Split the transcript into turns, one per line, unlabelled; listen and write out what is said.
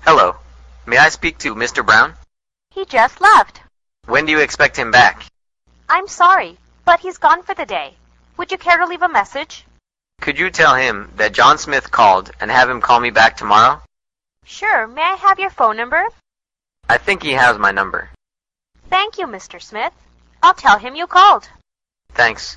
Hello. May I speak to Mr. Brown?
He just left.
When do you expect him back?
I'm sorry, but he's gone for the day. Would you care to leave a message?
Could you tell him that John Smith called and have him call me back tomorrow?
Sure, may I have your phone number?
I think he has my number.
Thank you, Mr. Smith. I'll tell him you called.
Thanks.